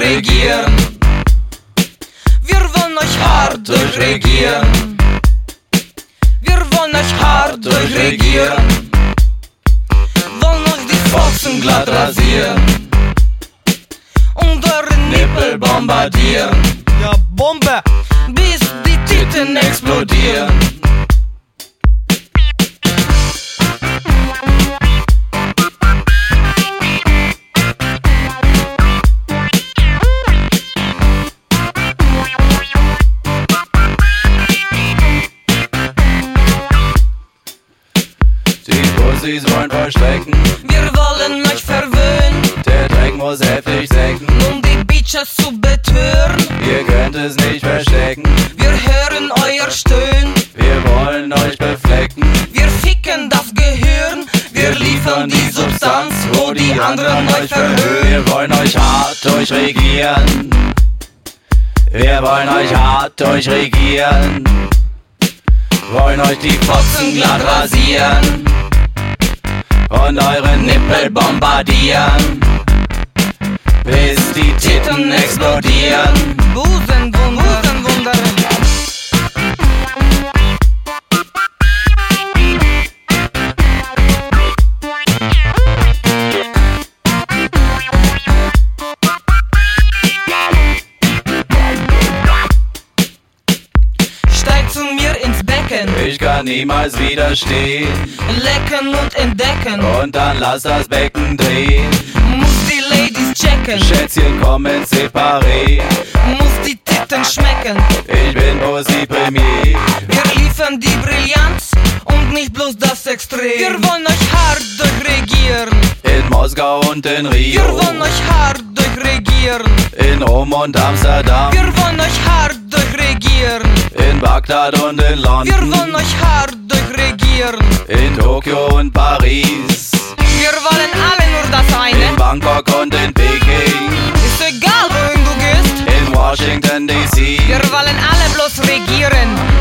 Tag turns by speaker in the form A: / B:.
A: regieren. Wir wollen euch hart durchregieren. Wir wollen euch hart durchregieren. Wollen euch die Fotzen glatt rasieren. Und euren Nippel bombardieren.
B: Ja, Bombe!
A: Bis die Titten explodieren.
C: Die Pussys wollen verstecken,
A: Wir wollen euch verwöhnen,
C: der Dreck muss heftig senken.
A: um die Bitches zu betören.
C: Ihr könnt es nicht verstecken,
A: Wir hören euer Stöhnen.
C: wir wollen euch beflecken.
A: Wir ficken das Gehirn, wir liefern die Substanz, wo die anderen euch verhören.
C: Wir wollen euch hart durchregieren. Wir wollen euch hart durchregieren. Wollen euch die Fotzen glatt rasieren. Und eure Nippel bombardieren. Bis die Titten explodieren.
A: Busenwunder, Busenwunder. Steig zu mir ins Becken,
C: Ich kann niemals widerstehen.
A: lecken und entdecken.
C: Und dann lass das Becken drehen.
A: Muss die Ladies checken,
C: Schätzchen kommen separé.
A: muss die Titten schmecken.
C: Ich bin Pussy Premier.
A: Wir liefern die Brillanz und nicht bloß das Extrem. Wir wollen euch hart durchregieren.
C: In Moskau und in Rio.
A: Wir wollen euch hart durchregieren.
C: In Rom und Amsterdam.
A: Wir wollen euch hart durchregieren.
C: In Bagdad und in
A: Wir
C: London.
A: wollen euch hart durchregieren.
C: In Tokio und Paris.
A: Wir wollen alle nur das eine.
C: In Bangkok und in Peking.
A: Ist egal, wohin du gehst.
C: In Washington DC.
A: Wir wollen alle bloß regieren. Ah,